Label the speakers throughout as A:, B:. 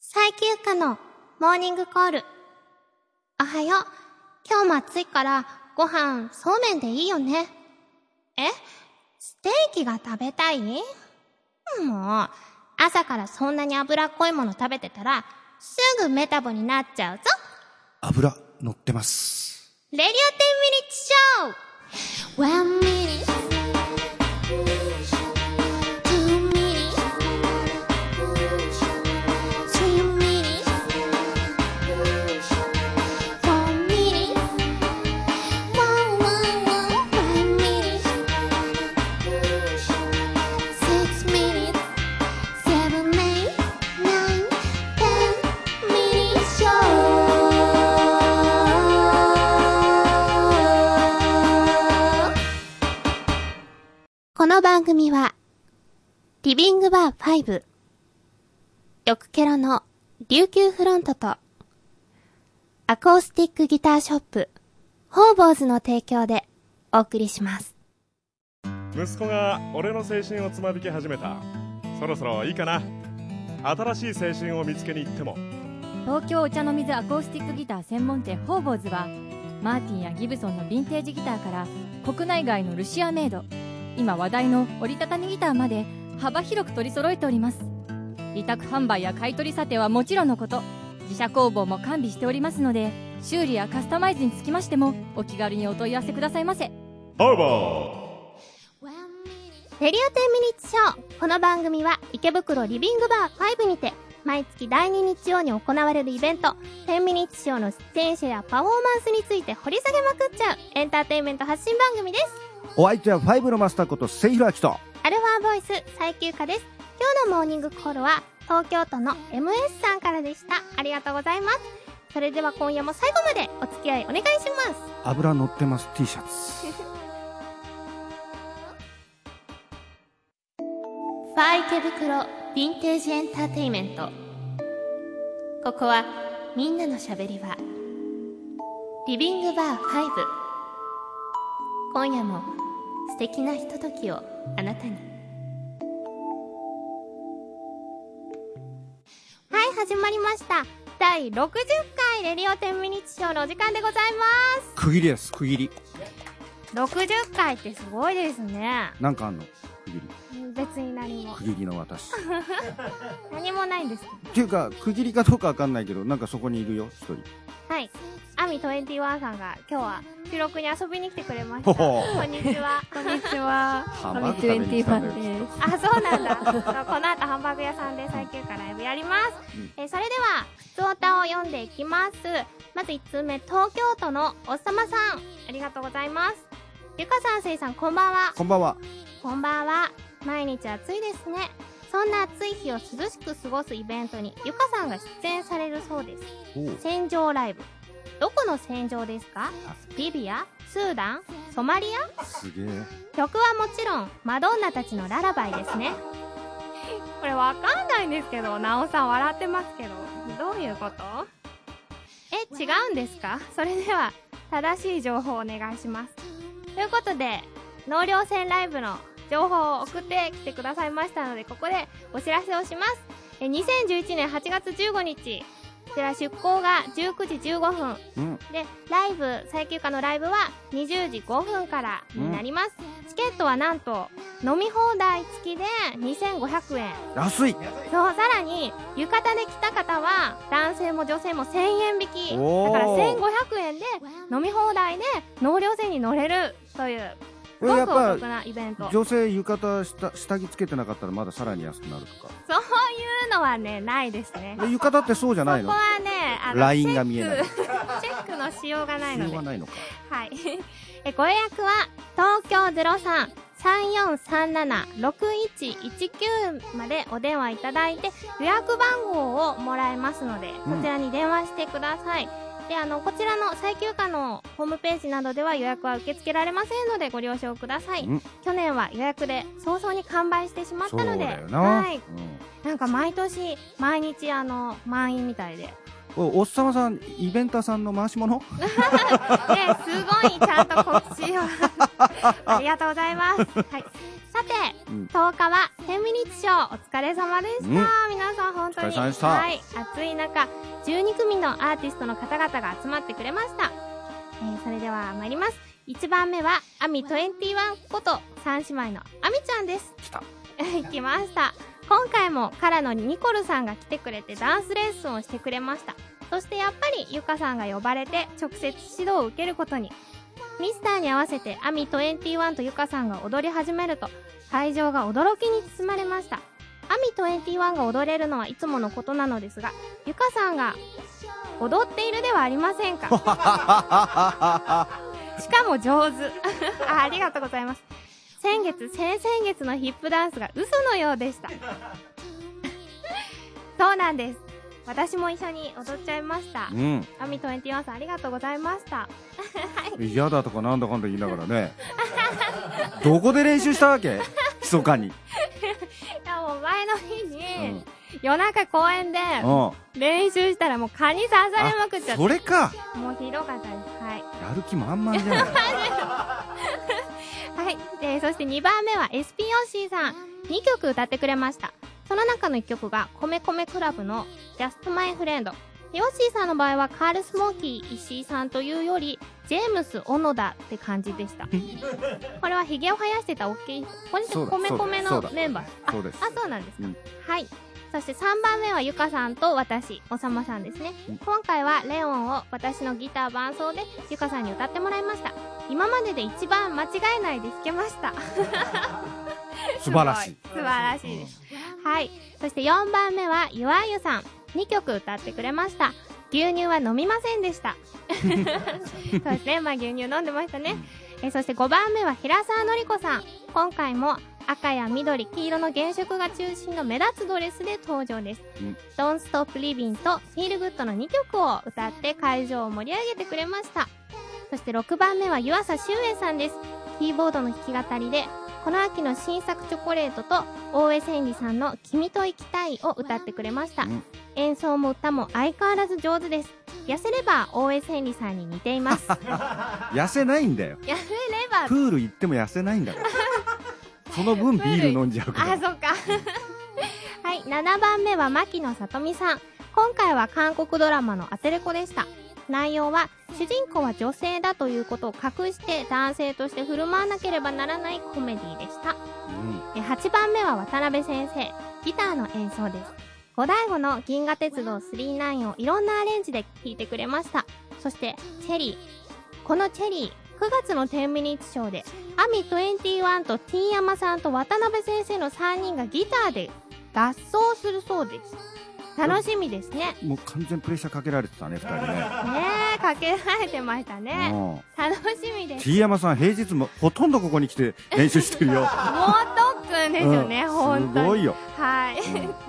A: 休暇のモーニングコール。おはよう。今日も暑いからご飯そうめんでいいよね。えステーキが食べたいもう、朝からそんなに脂っこいもの食べてたら、すぐメタボになっちゃうぞ。
B: 油乗ってます。
A: レディオ10ミニッツショー !1 minute, 2 minute, 3 minute, 4 minute, 1 minute, 6 minute, 7 minute, 9, 10 minute show! この番組は、リビングバー5、よくケロの琉球フロントと、アコースティックギターショップ、ホーボーズの提供でお送りします。
C: 息子が俺の青春をつまびき始めたそろそろいいかな新しい青春を見つけに行っても
D: 東京お茶の水アコースティックギター専門店ホーボーズはマーティンやギブソンのヴィンテージギターから国内外のルシアメイド今話題の折りたたみギターまで幅広く取り揃えております委託販売や買い取り査定はもちろんのこと自社工房も完備しておりますので修理やカスタマイズにつきましてもお気軽にお問い合わせくださいませ
C: ほぼ
A: レディオ10ミニッツショー。この番組は池袋リビングバー5にて、毎月第2日曜に行われるイベント、10ミニッツショーの出演者やパフォーマンスについて掘り下げまくっちゃうエンターテインメント発信番組です。
B: お相手はファイブのマスターこと、セイヒラキと。
A: アルファボイス最休暇です。今日のモーニングコールは東京都の MS さんからでした。ありがとうございます。それでは今夜も最後までお付き合いお願いします。
B: 油乗ってます T シャツ。
A: ファー池袋ヴィンテージエンターテイメントここはみんなのしゃべり場リビングバー5今夜も素敵なひとときをあなたにはい始まりました第60回レディオ10ミニッツショーのお時間でございま
B: 区切りです、区切り。
A: す60回ってすごいですね
B: なんかあんの区切り。
A: 別に何も
B: 区切りの私。っ
A: 何もないんです
B: ていうか、区切りかどうかわかんないけど、なんかそこにいるよ、一人。
A: はい。アミ21さんが今日は収録に遊びに来てくれまし
B: ほ
A: た。こ
B: ほ
A: んにちは。
E: こんにちは。
B: ハ
E: ファミ
B: 食べに来たんだよ
E: 21です。
A: あ、そうなんだ。この後ハンバーグ屋さんで最休暇ライブやります。
B: うん
A: えーそれでは、普通歌を読んでいきます。まず1通目、東京都のおっさまさん。ありがとうございます。ゆかさん、せいさん、こんばんは。
B: こんばんは。
A: こんばんは。毎日暑いですね。そんな暑い日を涼しく過ごすイベントに、ゆかさんが出演されるそうです。
B: おう
A: 戦場ライブどこの戦場ですかリビアスーダンソマリア
B: すげえ。
A: 曲はもちろんマドンナたちのララバイですねこれわかんないんですけどなおさん笑ってますけどどういうことえ違うんですかそれでは正しい情報をお願いしますということで納涼船ライブの情報を送ってきてくださいましたのでここでお知らせをしますえ2011年8月15日こちら出港が19時15分
B: うん。
A: でライブ最休暇のライブは20時5分からになります、チケットはなんと飲み放題付きで2500円
B: 安い。
A: そうさらに浴衣で来た方は男性も女性も1000円引きだ
B: お
A: か
B: ー
A: ら1500円で飲み放題で納涼船に乗れるというす
B: こ
A: ご
B: れやっ
A: くお
B: ぱ
A: 得、なイベントそうい
B: 女性浴衣下下着つけてなかったらまださらに安くなるとか。
A: うのはねないですね
B: で浴衣ってそうじゃ
A: そこ
B: な
A: はいね
B: の
A: あの
B: ラインが見えない
A: チェックチェックのしようがないの
B: 必
A: で
B: 要はないのか。
A: はい。 え、ご予約は、東京03-3437-6119までお電話いただいて、予約番号をもらえますので、
B: うん
A: こちらに電話してください。で、あの、こちらの最休暇のホームページなどでは予約は受け付けられませんので、ご了承ください。
B: うん
A: 去年は予約で早々に完売してしまっ
B: そ
A: た
B: う
A: ので、
B: だよな。
A: はい。
B: うん
A: なんか毎年、毎日、あの、満員みたいで。
B: おおっさまさん、イベンターさんの回し物
A: ね、すごいちゃんと告知をありがとうございます、はい、ささて、
B: うん
A: 10日は10ミニッツショーお疲れ様でした、
B: うん
A: 皆さん本当
B: お疲れ
A: に
B: 様でした
A: はい、暑い中12組のアーティストの方々が集まってくれました、えーそれでは参ります1番目はアミ21こと三姉妹のアミちゃんです
B: 来た
A: 来ました今回もカラのニコルさんが来てくれてダンスレッスンをしてくれましたそしてやっぱりゆかさんが呼ばれて直接指導を受けることにミスターに合わせてアミ21とゆかさんが踊り始めると会場が驚きに包まれましたアミ21が踊れるのはいつものことなのですがゆかさんが踊っているではありませ んかしかも上手 あありがとうございます先月先々月のヒップダンスが嘘のようでした そうなんです私も一緒に踊っちゃいました
B: うん
A: アミ21さんありがとうございました
B: 嫌だとかなんだかんだ言いながらねどこで練習したわけ密かに、
A: いやもう前の日
B: うん
A: に、夜中公園で
B: うん
A: 練習したらもう蚊に刺されまくっちゃっ
B: それか
A: てもうひどかったですはい
B: やる気満々じゃない
A: はい、えーそして2番目は SPOC さん2曲歌ってくれましたその中の1曲が米米クラブの「Just My Friend」ヨッシーさんの場合はカール・スモーキー石井さんというよりジェームス・オノダって感じでしたこれはヒゲを生やしてた大きいこれ
B: そうだ
A: 米米
B: そ
A: の
B: うだ
A: メンバーあ
B: そうです
A: あそうなんですか、
B: うん
A: はいそして3番目はゆかさんと私おさまさんですね、
B: うん
A: 今回はレオンを私のギター伴奏でゆかさんに歌ってもらいました今までで一番間違えないで弾けました
B: 素晴らしい
A: すご素晴らしいです、はいそして4番目はゆあゆさん2曲歌ってくれました牛乳は飲みませんでした そうですねまあ牛乳飲んでましたねえそして5番目は平沢のり子さん今回も赤や緑黄色の原色が中心の目立つドレスで登場です
B: うん
A: 「Don't Stop Living」と「Feel Good」の2曲を歌って会場を盛り上げてくれましたそして6番目は湯浅修英さんですキーボードの弾き語りでこの秋の新作チョコレートと大江千里さんの「君と行きたい」を歌ってくれました、
B: うん
A: 演奏も歌も相変わらず上手です痩せれば大江千里さんに似てい ます痩
B: 痩せないんだよ
A: せれば
B: プール行っても痩せないん だからその分ビール飲んじゃうか
A: あ、
B: ら
A: そっか。 はい、7番目は牧野さとみさん。今回は韓国ドラマのアテレコでした。内容は、主人公は女性だということを隠して男性として振る舞わなければならないコメディでした。
B: うん
A: え8番目は渡辺先生。ギターの演奏です。五醍醐の銀河鉄道999をいろんなアレンジで弾いてくれました。そして、チェリー。このチェリー、9月の10ミニッツショーで、アミ21とティンヤマさんと渡辺先生の3人がギターで合奏するそうです。楽しみですね。
B: もう完全プレッシャーかけられてたね二人ね
A: ねえ、かけられてましたね。
B: うん
A: 楽しみです。
B: T 山さん平日もほとんどここに来て練習してるよ
A: もう特訓 ですよね、
B: うん
A: 本当
B: す
A: に
B: ご。いよ
A: はい、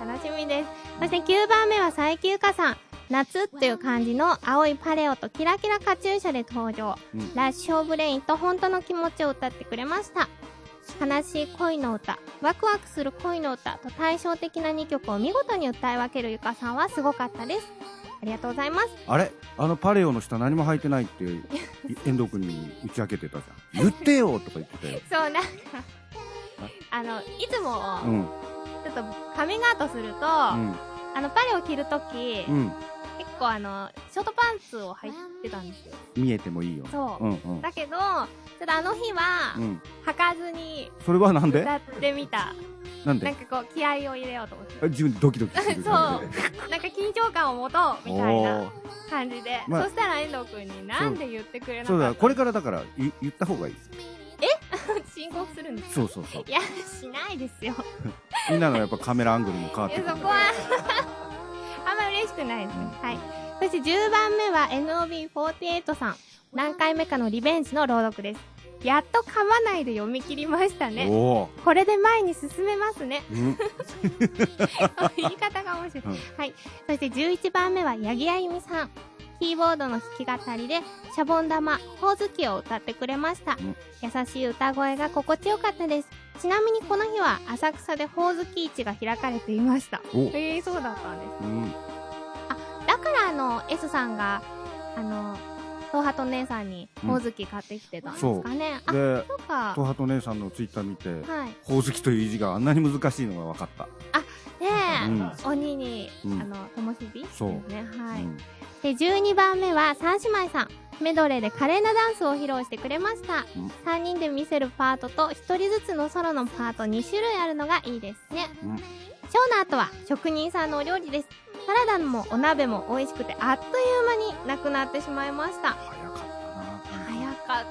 A: 楽しみです。そして9番目は最休暇さん。夏っていう感じの青いパレオとキラキラカチューシャで登場。
B: うん
A: ラッシュオブレインと本当の気持ちを歌ってくれました。悲しい恋の歌、ワクワクする恋の歌と対照的な2曲を見事に歌い分けるゆかさんはすごかったです。ありがとうございます。
B: あれあのパレオの下何も履いてないってい遠藤君に打ち明けてたじゃん言ってよとか言ってたよ
A: そう、なんか、あの、いつも、
B: うん
A: ちょっとカミングアウトすると、
B: うん
A: あの、パレオ着るとき、
B: うん
A: 結構あの、ショートパンツを履いてたんですよ。
B: 見えてもいいよ
A: そう
B: うんうん
A: だけど、ちょっとあの日は
B: う、ん
A: 履かずに
B: それはなんで
A: 歌ってみた。
B: なん
A: なん
B: で
A: かこう、気合を入れようと思って。
B: 自分でドキドキす
A: そ
B: る
A: う。なんか緊張感を持とう、みたいな
B: おー
A: 感じで。
B: まあ
A: そしたら遠藤くんに、なんで言ってくれなか
B: そ
A: っ
B: う
A: た
B: だこれからだからい言った方がいい
A: 申告するんです。
B: そうそうそう
A: いや、しないですよ。
B: みんなのやっぱカメラアングルも変わっ
A: い
B: てく
A: や
B: る
A: そこは あんま嬉しくないですね、はいそして10番目は NOB48 さん何回目かのリベンジの朗読ですやっと噛まないで読み切りましたね
B: お
A: これで前に進めますね
B: ーうん
A: 言い方が面白い、
B: うん
A: はいそして11番目は八木あゆみさんキーボードの弾き語りでシャボン玉ほおずきを歌ってくれました、
B: ん
A: 優しい歌声が心地よかったですちなみにこの日は浅草でほおずき市が開かれていました
B: お
A: ええそうだったんです
B: うん
A: だからあの S さんがあの東ハト姉さんに
B: うん
A: ほおずき買ってきてたんですかね、あ
B: で
A: そうか
B: 東ハト姉さんのツイッター見て
A: はいね
B: ほおずきという字があんなに難しいのが分かった
A: え、
B: うん
A: 鬼に、
B: うん
A: あのともしびです
B: そう
A: ねはい、
B: うん
A: で12番目は三姉妹さんメドレーで華麗なダンスを披露してくれました
B: うん
A: 3人で見せるパートと1人ずつのソロのパート2種類あるのがいいですね
B: うん
A: ショーの後は職人さんのお料理ですサラダもお鍋も美味しくてあっという間になくなってしまいました
B: 早かったな
A: 早かっ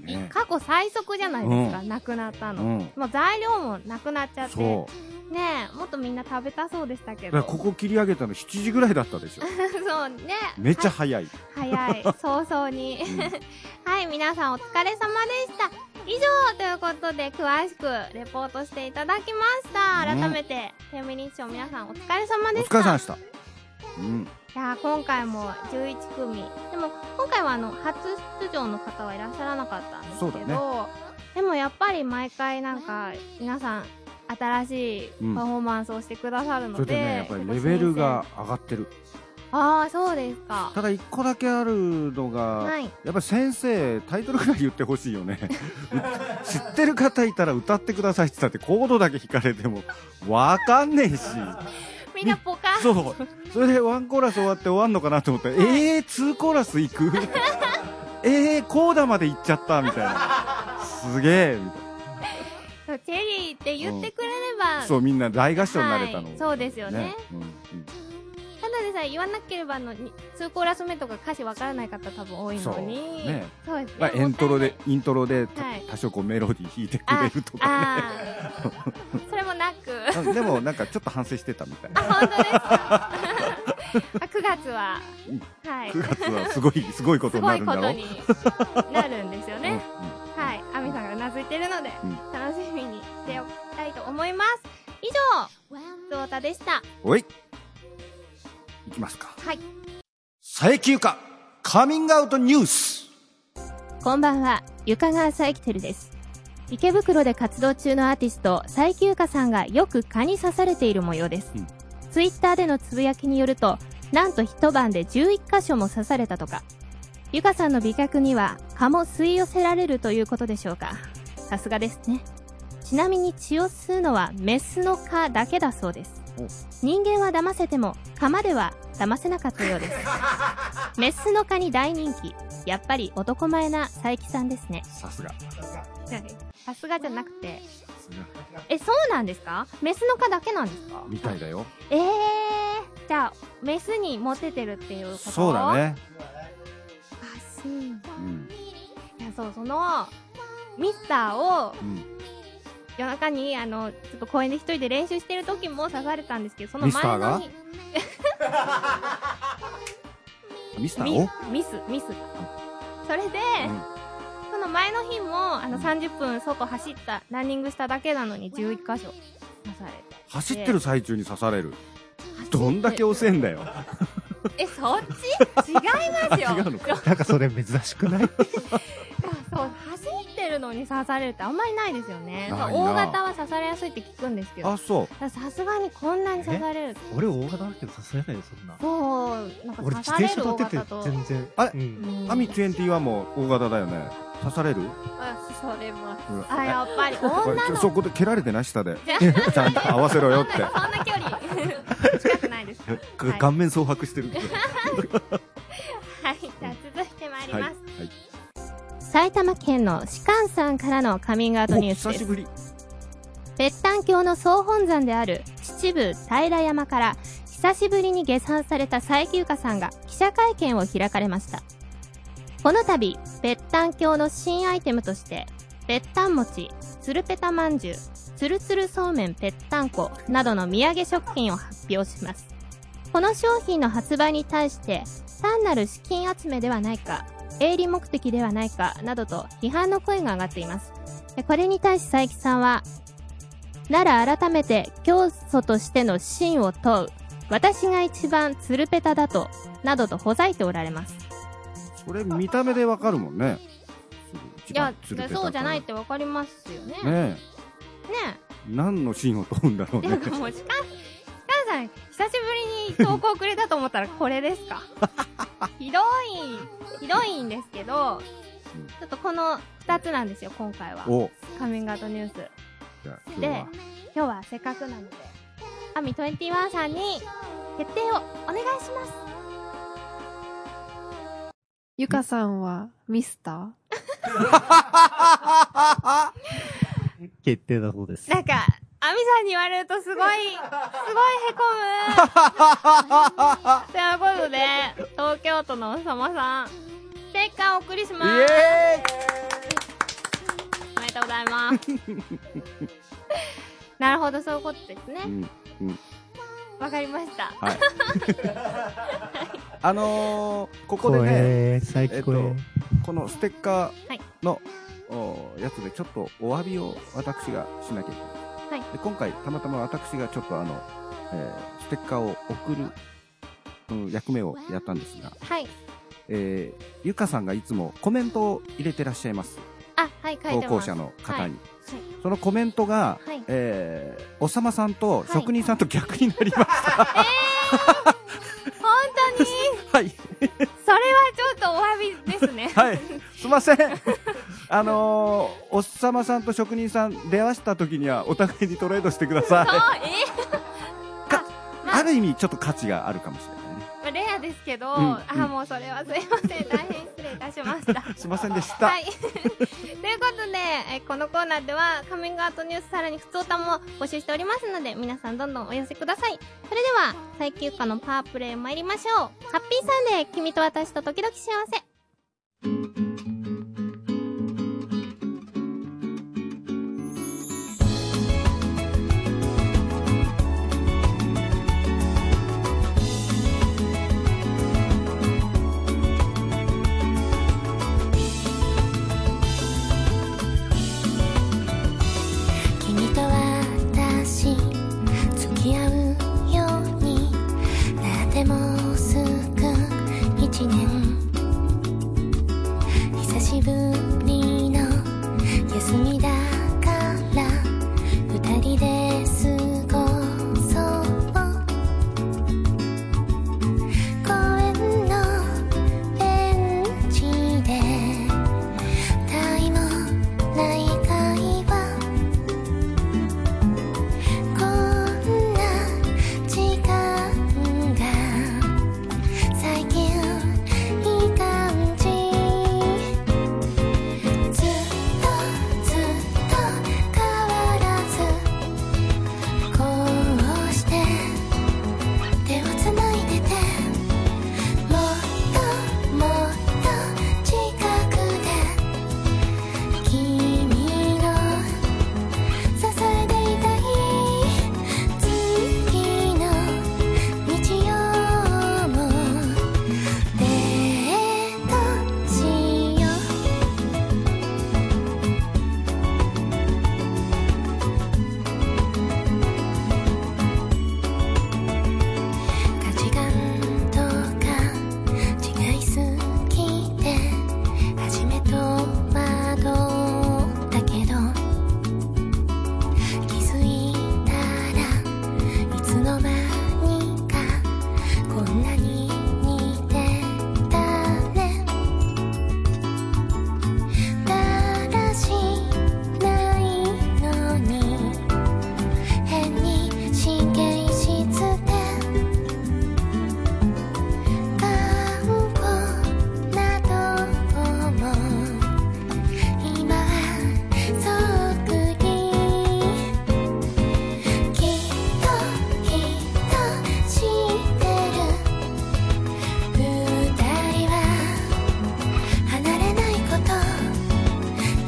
B: うん
A: た、
B: ね
A: 過去最速じゃないですか、なくなったの、
B: うん
A: もう材料もなくなっちゃって
B: そ
A: ねえもっとみんな食べたそうでしたけ
B: うだから
A: ど
B: ここ切り上げたの7時ぐらいだったで しょ
A: そうね
B: めっちゃ早い、
A: 早い 早々に
B: うん
A: はい皆さんお疲れ様でした以上ということで詳しくレポートしていただきました
B: うん
A: 改めてフェミニッション皆さんお疲れ様
B: お
A: でし
B: 疲れ様
A: た
B: でしたうん
A: いやー今回も11組でも今回はあの初出場の方はいらっしゃらなかったんですけど、
B: そうだ
A: でもやっぱり毎回なんか皆さん新しいパフォーマンスをしてくださる
B: そ
A: の
B: れ
A: で、
B: でねやっぱりレベルが上がってる
A: ああそうですか
B: ただ一個だけあるのが、
A: はい
B: やっぱり先生タイトルくらい言ってほしいよね う知ってる方いたら歌ってくださいって言ったってコードだけ弾かれてもわかんね えし
A: みんなポカーン
B: そうそれでワンコーラス終わって終わんのかなと思ったら、えー、ツーコーラス行く えー、コーダまで行っちゃったみたいなすげえみたい
A: そうチェリーって言ってくれれば、
B: なそうみんな大合唱になれたの、
A: はいそうですよね
B: うんうん
A: ただでさえ言わなければあのに2コーラス目とか歌詞わからない方多分多いのに
B: そうね
A: そうですね
B: まあ、エントロで
A: もったいない
B: イントロで、た
A: はい
B: 多少こうメロディー弾いてくれるとか
A: ああそれもなく
B: でもなんかちょっと反省してたみたいな
A: あ本当 ですかあ9月は、はい
B: 9、月はすごい、すごいこと
A: す
B: に
A: ご
B: なる
A: い
B: ん
A: こ
B: だろ
A: と
B: う。
A: になるんですよね。はい、亜美さんがうなずいてるので、
B: うん
A: 楽しみにしておきたいと思います。以上、ふおたでした。
B: おい。いきますか。
A: はい。
B: 最休暇、カミングアウトニュース。
D: こんばんは、ゆかがさえきてるです。池袋で活動中のアーティスト、最休暇さんがよく蚊に刺されている模様です。
B: うん
D: ツイッターでのつぶやきによると、なんと一晩で11箇所も刺されたとか。ゆかさんの美脚には蚊も吸い寄せられるということでしょうか。さすがですね。ちなみに血を吸うのはメスの蚊だけだそうです。人間は騙せても蚊までは騙せなかったよ うです。メスの蚊に大人気。やっぱり男前な佐伯さんですね。
B: さすが。
A: さすがじゃなくて、え、そうなんですかメスの蚊だけなんですか
B: みたいだよ。
A: えー、じゃあ、メスにモテてるっていうこと
B: そうだ。ね。
A: おかしい。い
B: うん。
A: や、そう、その、ミスターを
B: うん。
A: 夜中に、あの、ちょっと公園で一人で練習してる時も刺されたんですけど、その
B: ミスタ
A: 前
B: ーが
A: の日、
B: ミスター
A: ミ
B: を
A: ミス、ミス。それで、その前の日も、あの、30分外走った、ランニングしただけなのに11箇所刺されて。
B: 走ってる最中に刺される。どんだけ遅えんだよ。
A: え、そっち違います よ。
B: 違うのか。
E: なんかそれ珍しくない
A: そう、走ってるのに刺されるってあんまりないですよね。
B: ないな
A: 大型は刺されやすいって聞くんですけど
B: あ、。そ
A: だ
B: う。
A: からさすがにこんなに刺される。
E: 俺大型だけど刺されないよ、そんな。
A: そう、なんか
E: 俺
A: 刺
E: 自
A: さ
E: 転
A: れ
E: 車
A: る
E: 乗
A: 大
E: ってて
A: 型と。
E: 全然。
B: あれ
E: うん。
B: アミ21も大型だよね。刺される
A: あ、それも。
B: ほら
A: あ、やっ ぱり
B: これ
A: 女
B: ちょ
A: の
B: そこで蹴られてない下で。
A: じゃ
B: ちゃんと合わせろよっ
A: そん
B: て
A: な。そんな距離 近くないですかはい
B: 顔面蒼白してるけど。
A: はいじゃあ続いてまいり
B: はい。
A: ま
B: は
A: す、
B: い。
D: 埼玉県の士官さんからのカミングアウト
B: お
D: ニュー
B: 久
D: ス
B: し
D: です。
B: ぶり。
D: 別丹峡の総本山である秩父平山から久しぶりに下山された佐伯由香さんが記者会見を開かれました。この度、別丹峡の新アイテムとして、別丹餅、つるぺたまんじゅう、つるつるそうめんぺったんこなどの土産食品を発表します。この商品の発売に対して、単なる資金集めではないか、営利目的ではないかなどと批判の声が上がっています。これに対し佐伯さんは、なら改めて教祖としての真を問う私が一番ツルペタだとなどとほざいておられます
B: それ見た目でわかるもんね。
A: いやそうじゃないってわかりますよねね
B: ねえ、何のシーンを撮るんだろう
A: え
B: ね。
A: なんかも う時間時間さん久しぶりに投稿くれたと思ったらこれですかひどい、ひどいんですけど、ちょっとこの2つなんですよ、今回は。
B: お
A: カミングアウトニュース。
B: じゃあ今日は
A: 今日はせっかくなので、アミ21さんに決定をお願いします。
F: ゆかさんはミスター
E: 決定だそうです。
A: なんか、アミさんに言われると すごい、すごいへこむ。ということで、東京都のおさまさん、ステッカーをお送りします。おめでとうござい ます。なるほど、そういうことです
B: う
A: ね。
B: ん
A: わかりました。
B: はいあのー、ここでね
E: 声、最
B: えっ
E: 近
B: と
E: 声。
B: このステッカーの、おやつでちょっとお詫びを私がしなきゃいけない、
A: は
B: で今回たまたま私がちょっとあの、えーステッカーを送る、うん役目をやったんですが、
A: はい。
B: えーゆかさんがいつもコメントを入れてらっしゃいます
A: あ、はい、書い
B: 投
A: て
B: 稿
A: ます。
B: 者の方に、
A: はいはい
B: そのコメントが、
A: はい
B: えーおさまさんと
A: い
B: 職人さんと逆になり ました、
A: 本当に
B: はい
A: それはちょっとお詫びですね。
B: はい、すいません。あのー、おっさまさんと職人さん出会わした時にはお互いにトレードしてくださ い。
A: あえまあ
B: ある意味ちょっと価値があるかもしれないね。
A: まあレアですけど、
B: んうん
A: あーもうそれはすいません大変失礼いたしました
B: すいませんでした。
A: はい ということでえーこのコーナーではカミングアウトニュースさらに普通歌も募集しておりますので皆さんどんどんお寄せくださいそれでは最休暇のパワープレイ参りましょうハッピーサンデー君と私と時々幸せ
G: 君と私付き合うようになってもうすぐ一年久しぶりの休みだから二人で過ごそう公園のベンチで愛もない会話「こんな時間が最近いい感じ」「ずっとずっと変わらず」「こうして手をつないでて」「もっともっと近くで君の」支えていたい月の日曜もデートしよう価値観とか違いすぎて初め戸惑ったけど気づいたらいつの間にかこんなに似てたねだらしないのに変に神経質で頑固なとこも今はそっくりきっときっと知ってる二人は離れないこと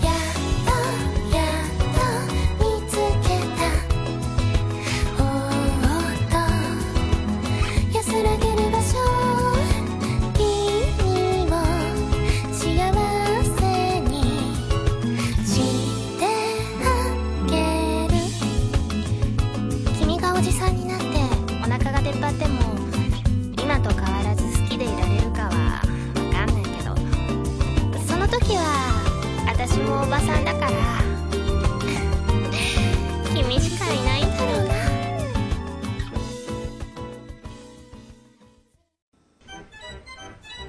G: やっとやっと見つけたおっと安らげる場所君を幸せにしてあげる君がおじさんになってお腹が出っ張っても今と変わらず好きでいられるかは分かんないけどその時は私もおばさんだから 君しかいないんだろう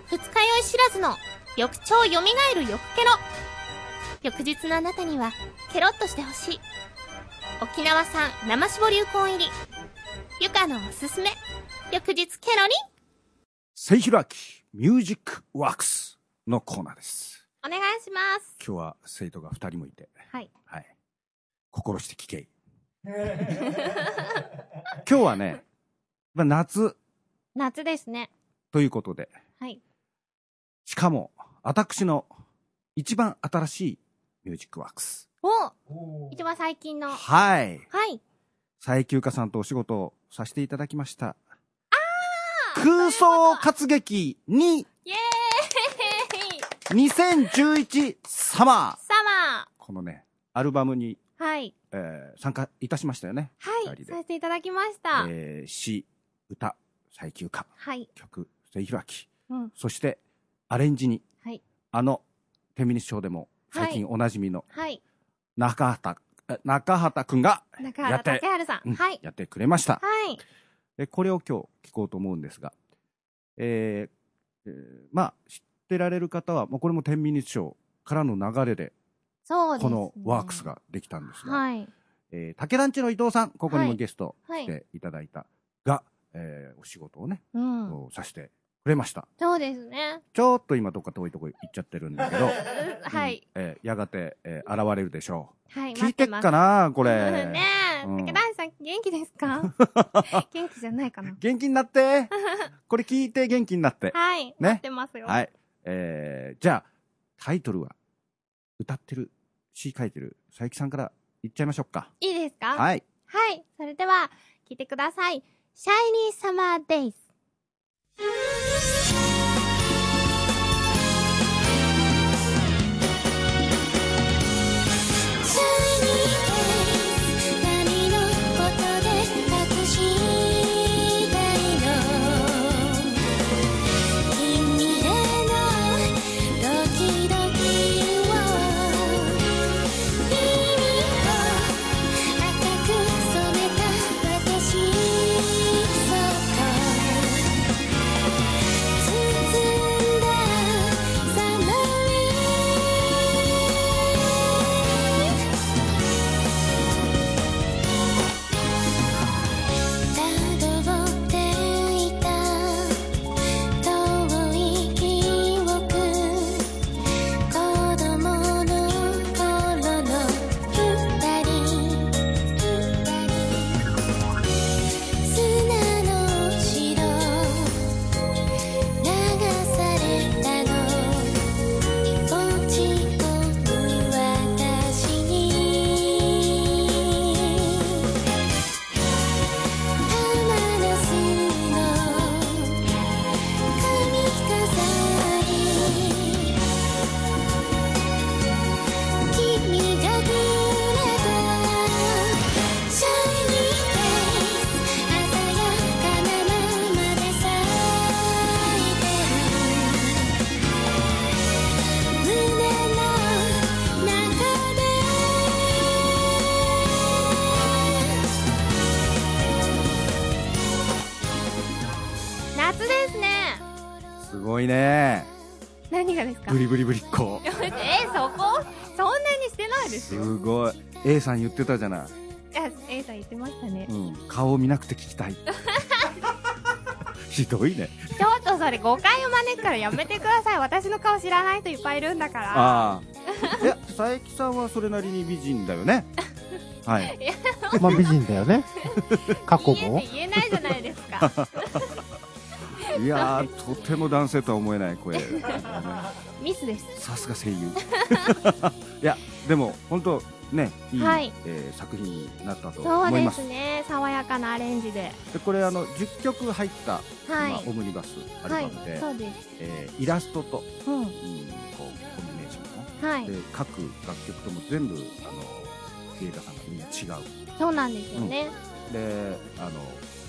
G: なか酔い知らずの、翌朝蘇る翌ケロ。翌日のあなたには、ケロっとしてほしい。沖縄産生絞流行入り。ゆかのおすすめ。翌日ケロリン。
B: せいひらきミュージックワークスのコーナーです。
A: お願いします。
B: 今日は生徒が二人もいて、
A: はい。
B: はい。心して聞け い。今日はね、まあ、夏
A: 夏ですね。
B: ということで、
A: はい。
B: しかも、私の一番新しいミュージックワークス。
A: お一番最近の。は
B: はい。
A: い。
B: 最休暇さんとお仕事をさせていただきました。空想活劇
A: イ
B: に
A: エーイ
B: 2011サマー。
A: サマ
B: このね、アルバムに、
A: ーはい。
B: えー参加いたしましたよね。
A: は
B: 二人
A: い。
B: で
A: させていただきました。
B: えー詩、歌、最休暇、
A: はい。
B: 曲、せいひらき。
A: うん。
B: そして、アレンジに、
A: はい。
B: あの、天秤ショーでも最近おなじみの
A: はい。
B: 中畑、え中畑くんが
A: 中
B: やっ
A: 原
B: て
A: 竹、春さ
B: うん
A: ん。はい。
B: やってくれました。
A: はい。
B: で、これを今日聞こうと思うんですが、えーえーまあ、知ってられる方は、まあ、これも天秤日賞からの流れで、
A: そうです、
B: こ
A: ね。
B: のワークス。ができたんですが、
A: はい。
B: えー竹団地の伊藤さん、ここにも
A: はい
B: ゲスト
A: は
B: 来
A: い。
B: ていただいたが、えーお仕事をね、
A: うん。
B: させてくれました。
A: そうですね。
B: ちょっと今どっか遠いとこ行っちゃってるんだけど、
A: はい。
B: うんえーやがて、えー現れるでしょ
A: は
B: う。
A: い。
B: 聞いてっ
A: 待
B: か
A: ま
B: なこ
A: す
B: れ。
A: うんねえ。
B: うん
A: 竹田さん、元気です か元気じゃないかな。
B: 元気に なって。これ聞いて元気になって。
A: はい。待ってますよ。
B: はい。えー、じゃあ、タイトルは、歌ってる、詩書いてる、佐伯さんから言っちゃいましょうか。
A: いいですか
B: はい。
A: はい。それでは、聞いてください。シャイニーサマーデイズ。
G: 「シャイニーデイズ」「何のことで隠したいの」「君へのドキドキを」「耳を赤く染めた私そっと」包んだサマーリーたどっていた遠い記憶子供の頃の二人砂の城「流されたの」「落ち込む私に」「玉の巣の髪飾り」「君がくれたシャイニーデイ」「鮮やかなままで咲いてる」「胸の中で」
A: 夏ですね。
B: すごいね。
A: 何がですか
B: ブリブリブリっ子。
A: えそこそんなにしてないです
B: す
A: よ。
B: ごい。A さん言ってたじゃない。
A: いや、A さん言ってましたね
B: う。ん。顔を見なくて聞き たい。ひどいね。
A: ちょっとそれ誤解を招くからやめてください。私の顔知らない人いっぱいいるんだから。
B: ああ。いや、佐伯さんはそれなりに美人だよね。 はい。
E: まあ美人だよね。過去
A: 言えっ
E: も
A: て。言えないじゃないですか。
B: いやー、とても男性とは思えない声。
A: ミスです。
B: さすが声優 いやでも本当ねいい、
A: はい
B: えー作品になったと
A: そう
B: 思い
A: で
B: ます
A: すね。爽やかなアレンジで。
B: でこれあの10曲入った、
A: はい
B: まあ。オムニバスアル
A: は
B: バ
A: い
B: ムで、。
A: そうです。
B: えーイラストと、
A: うん。
B: うん、こうコンビネーショ
A: は
B: ンの、
A: い。
B: で各楽曲とも全部あのデータさんがみんな違う
A: そうなんですよね。
B: であの、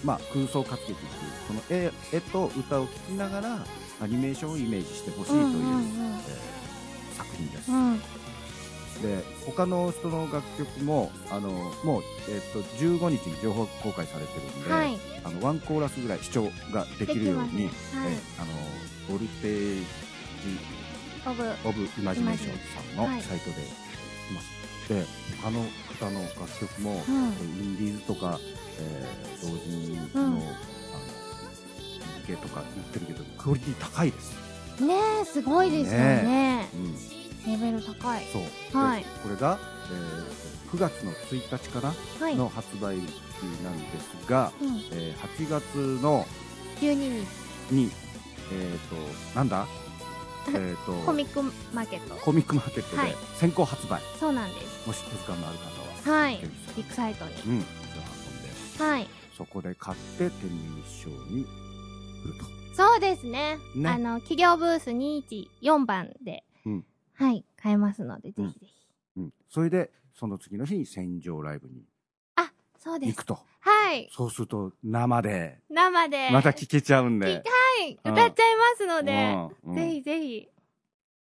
B: まあ、空想活劇っていうその絵絵と歌を聴きながらアニメーションをイメージしてほしいという、
A: うんうんうん
B: えー作品です、
A: うん。
B: で他の人の楽曲もあのもう、えっと15日に情報公開されてるんで、
A: はい
B: あのワンコーラスぐらい視聴ができるように、
A: できますはい
B: えあのボルテージ・
A: オブ
B: オブ・イマジネーションさん
A: は
B: の
A: い
B: サイトでいます、で他の方の楽曲も、
A: うん
B: インディーズとか、えー同人の,、
A: うん
B: あの日系とか言ってるけどクオリティ高いです、
A: ねえすごいですよね
B: うん、
A: レベル高い
B: そう、
A: はい
B: でこれが、えー9月の1日かな、
A: はい
B: の発売日なんですが、
A: うん
B: えー8月の
A: 12日
B: にえっ、となんだえっ、と
A: コミックマーケット
B: コミックマーケット
A: は
B: で
A: い
B: 先行発売、
A: そうなんです
B: もし手塚のある方は
A: はい
B: ぜ
A: ビッグサイトに
B: ひうん足を運んで
A: はい
B: そこで買って天秤賞に売ると
A: そうですね
B: ね
A: あの企業ブース214番で、
B: うん
A: はい買えますのでぜひぜひ、
B: うん、それでその次の日に戦場ライブに
A: そうで
B: 行
A: す
B: くと
A: はい
B: そうすると生で
A: 生で
B: また聴けちゃうん
A: 聞
B: で
A: き、はい
B: うん
A: 歌っちゃいますので、
B: うんうん
A: ぜひぜひ